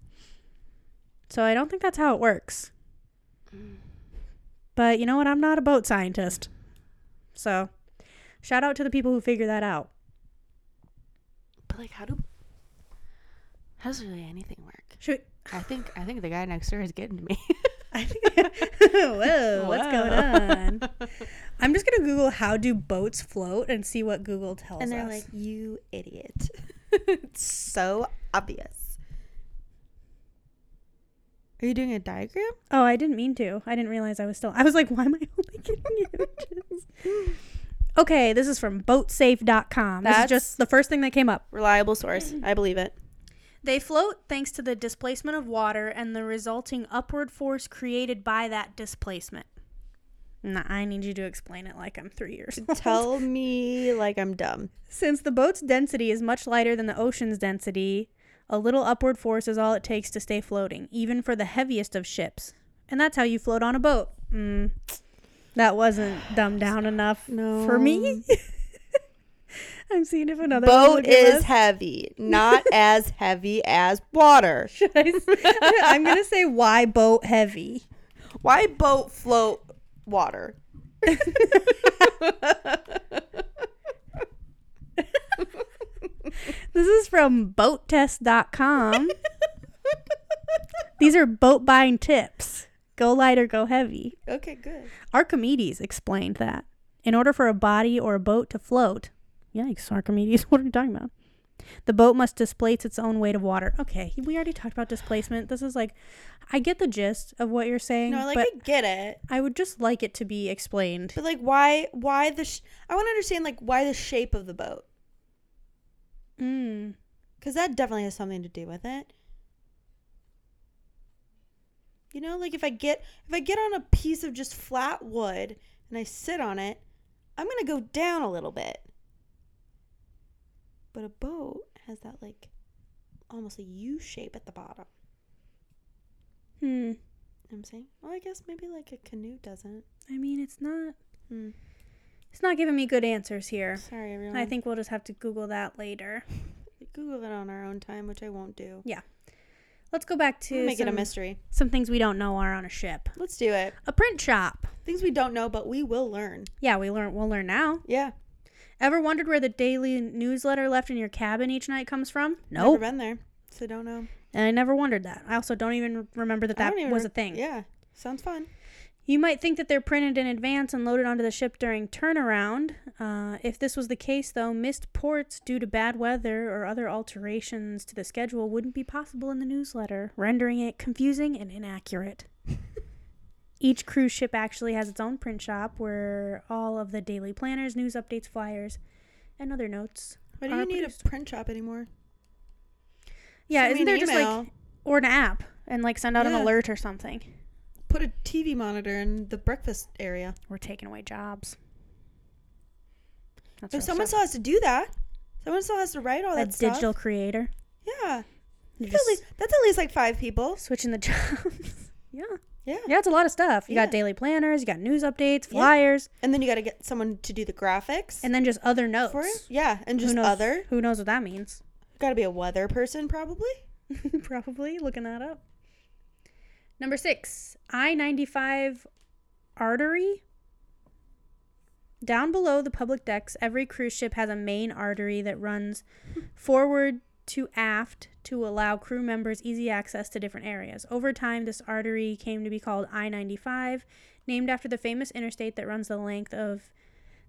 Speaker 2: So I don't think that's how it works.
Speaker 3: Mm.
Speaker 2: But you know what? I'm not a boat scientist. So, shout out to the people who figure that out.
Speaker 3: But like, how do? How does really anything work?
Speaker 2: Should
Speaker 3: I think I think the guy next door is getting to me.
Speaker 2: I think. Whoa, what's going on? I'm just gonna Google how do boats float and see what Google tells
Speaker 3: and they're
Speaker 2: us.
Speaker 3: like, you idiot. it's so obvious. Are you doing a diagram?
Speaker 2: oh, I didn't mean to. I didn't realize I was still. I was like, why am I only getting images? okay, this is from BoatSafe.com. This is
Speaker 3: That's-
Speaker 2: just the first thing that came up.
Speaker 3: Reliable source. I believe it.
Speaker 2: They float thanks to the displacement of water and the resulting upward force created by that displacement. Nah, I need you to explain it like I'm three years old.
Speaker 3: Tell me like I'm dumb.
Speaker 2: Since the boat's density is much lighter than the ocean's density, a little upward force is all it takes to stay floating, even for the heaviest of ships. And that's how you float on a boat. Mm. That wasn't dumbed down enough
Speaker 3: No.
Speaker 2: for me. I'm seeing if another one will
Speaker 3: Boat
Speaker 2: give
Speaker 3: is
Speaker 2: us-
Speaker 3: heavy, not as heavy as water.
Speaker 2: I'm gonna say why boat heavy.
Speaker 3: Why boat float water?
Speaker 2: This is from boattest.com. These are boat buying tips. Go light or go heavy.
Speaker 3: Okay, good.
Speaker 2: Archimedes explained that. In order for a body or a boat to float, yikes, Archimedes, what are you talking about? The boat must displace its own weight of water. Okay, we already talked about displacement. This is like, I get the gist of what you're saying,
Speaker 3: No, like
Speaker 2: but
Speaker 3: I get it,
Speaker 2: I would just like it to be explained.
Speaker 3: but like why? Why the? Sh- I want to understand like why the shape of the boat,
Speaker 2: Mm.
Speaker 3: because that definitely has something to do with it. You know, like if I get if I get on a piece of just flat wood and I sit on it, I'm gonna go down a little bit. But a boat has that like almost a U shape at the bottom.
Speaker 2: Hmm.
Speaker 3: You know what I'm saying, well, I guess maybe like a canoe doesn't.
Speaker 2: I mean, it's not.
Speaker 3: Hmm.
Speaker 2: It's not giving me good answers here.
Speaker 3: Sorry, everyone.
Speaker 2: I think we'll just have to Google that later.
Speaker 3: Google it on our own time, which I won't do.
Speaker 2: Let's go back to
Speaker 3: Make it a
Speaker 2: some-
Speaker 3: mystery.
Speaker 2: some things we don't know are on a ship.
Speaker 3: Let's do it.
Speaker 2: A print shop.
Speaker 3: Things we don't know, but we will learn.
Speaker 2: Yeah, we learn. We'll learn now.
Speaker 3: Yeah.
Speaker 2: Ever wondered where the daily newsletter left in your cabin each night comes from?
Speaker 3: Never
Speaker 2: Nope.
Speaker 3: been there, so don't know.
Speaker 2: And I never wondered that. I also don't even remember that
Speaker 3: I
Speaker 2: that
Speaker 3: don't even
Speaker 2: was a
Speaker 3: rem-
Speaker 2: thing.
Speaker 3: Yeah. Sounds fun.
Speaker 2: You might think that they're printed in advance and loaded onto the ship during turnaround. Uh, if this was the case, though, missed ports due to bad weather or other alterations to the schedule wouldn't be possible in the newsletter, rendering it confusing and inaccurate. Each cruise ship actually has its own print shop where all of the daily planners, news updates, flyers, and other notes.
Speaker 3: Why do
Speaker 2: are
Speaker 3: you need
Speaker 2: produced.
Speaker 3: a print shop anymore?
Speaker 2: Yeah,
Speaker 3: Send
Speaker 2: isn't
Speaker 3: me an
Speaker 2: there just like
Speaker 3: email.
Speaker 2: or an app and like send out an
Speaker 3: Yeah.
Speaker 2: alert or something?
Speaker 3: Put a TV monitor in the breakfast area.
Speaker 2: We're taking away jobs. That's
Speaker 3: If
Speaker 2: real
Speaker 3: someone
Speaker 2: stuff.
Speaker 3: still has to do that, someone still has to write all
Speaker 2: a
Speaker 3: that stuff.
Speaker 2: digital creator.
Speaker 3: Yeah.
Speaker 2: You're
Speaker 3: That's at,
Speaker 2: just
Speaker 3: least, that's at least like five people.
Speaker 2: switching the jobs. yeah.
Speaker 3: Yeah.
Speaker 2: Yeah, it's a lot of stuff. You
Speaker 3: Yeah.
Speaker 2: got daily planners, you got news updates, flyers,
Speaker 3: And then you got to get someone to do the graphics
Speaker 2: and then just other notes.
Speaker 3: for it. Yeah. And
Speaker 2: who
Speaker 3: just
Speaker 2: knows,
Speaker 3: other.
Speaker 2: Who knows what that means?
Speaker 3: Got to be a weather person, probably.
Speaker 2: Probably looking that up. Number six, I 95 artery. Down below the public decks, every cruise ship has a main artery that runs forward to aft to allow crew members easy access to different areas. Over time, this artery came to be called I 95, named after the famous interstate that runs the length of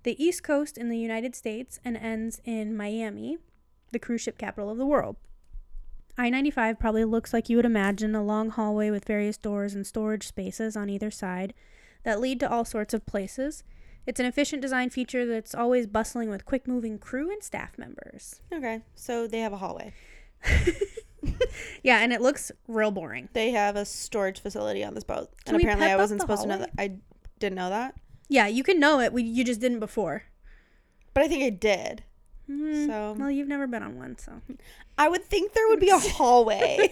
Speaker 2: the East Coast in the United States and ends in Miami, the cruise ship capital of the world. I 95 probably looks like you would imagine a long hallway with various doors and storage spaces on either side that lead to all sorts of places. It's an efficient design feature that's always bustling with quick moving crew and staff members.
Speaker 3: Okay. So they have a hallway.
Speaker 2: Yeah, and it looks real boring.
Speaker 3: They have a storage facility on this boat.
Speaker 2: Can
Speaker 3: and
Speaker 2: we
Speaker 3: apparently
Speaker 2: pep
Speaker 3: I
Speaker 2: up
Speaker 3: wasn't
Speaker 2: the
Speaker 3: supposed to know
Speaker 2: hallway?
Speaker 3: that. I didn't know that.
Speaker 2: Yeah, you can know it. We, you just didn't before.
Speaker 3: But I think I did.
Speaker 2: Hmm,
Speaker 3: So-
Speaker 2: well, you've never been on one, so.
Speaker 3: I would think there would be a hallway.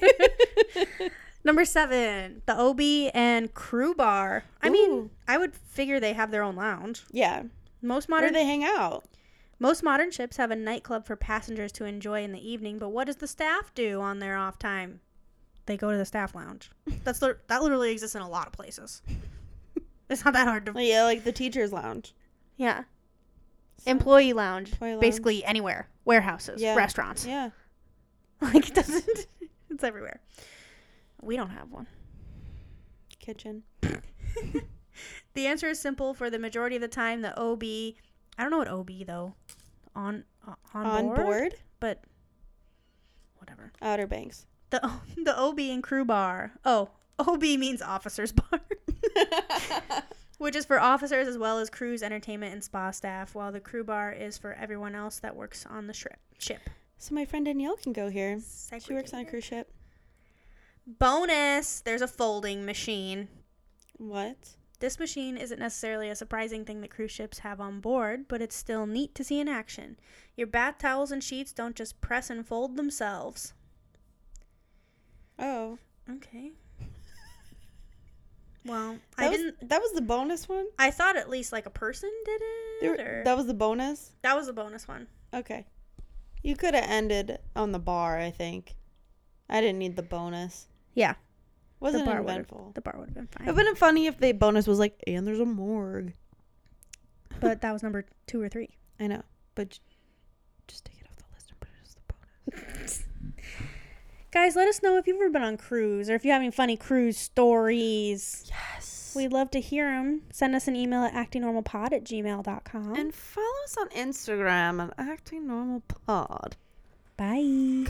Speaker 2: Number seven, the OB and crew bar. I mean,
Speaker 3: Ooh.
Speaker 2: I would figure they have their own lounge.
Speaker 3: yeah.
Speaker 2: Most
Speaker 3: Where
Speaker 2: modern
Speaker 3: do they hang out?
Speaker 2: Most modern ships have a nightclub for passengers to enjoy in the evening, but what does the staff do on their off time? They go to the staff lounge. That's lit- that literally exists in a lot of places. It's not that hard to
Speaker 3: Like, yeah, like the teacher's lounge.
Speaker 2: yeah. Employee lounge,
Speaker 3: Employee lounge.
Speaker 2: basically anywhere, warehouses,
Speaker 3: Yeah.
Speaker 2: restaurants.
Speaker 3: Yeah.
Speaker 2: Like it doesn't. It's everywhere. We don't have one.
Speaker 3: kitchen.
Speaker 2: The answer is simple. For the majority of the time, the OB, I don't know what OB though, on uh, on,
Speaker 3: On board?
Speaker 2: board, but whatever.
Speaker 3: Outer Banks.
Speaker 2: The the OB and crew bar. Oh, OB means officers bar, which is for officers as well as crews, entertainment, and spa staff. While the crew bar is for everyone else that works on the ship. Ship.
Speaker 3: so my friend Danielle can go here. She works on a
Speaker 2: Segregated.
Speaker 3: cruise ship.
Speaker 2: Bonus. There's a folding machine.
Speaker 3: What?
Speaker 2: This machine isn't necessarily a surprising thing that cruise ships have on board, but it's still neat to see in action. Your bath towels and sheets don't just press and fold themselves.
Speaker 3: Oh,
Speaker 2: Okay. Well,
Speaker 3: that
Speaker 2: I
Speaker 3: was
Speaker 2: didn't.
Speaker 3: that was the bonus one.
Speaker 2: I thought at least like a person did
Speaker 3: There-
Speaker 2: it. or,
Speaker 3: that was the bonus.
Speaker 2: that was a bonus one.
Speaker 3: Okay, you could have ended on the bar. I think I didn't need the bonus.
Speaker 2: Yeah,
Speaker 3: Wasn't
Speaker 2: bar would've-
Speaker 3: eventful.
Speaker 2: the bar would have been
Speaker 3: It
Speaker 2: fine.
Speaker 3: would have been funny if the bonus was like, and there's a morgue.
Speaker 2: but that was number two or three.
Speaker 3: I know, but j- just take it off the list and put it as the bonus.
Speaker 2: Guys, let us know if you've ever been on cruise or if you're having funny cruise stories.
Speaker 3: Yes.
Speaker 2: We'd love to hear them. Send us an email at actingnormalpod at gmail.com.
Speaker 3: and follow us on Instagram at Acting Normal Pod.
Speaker 2: Bye.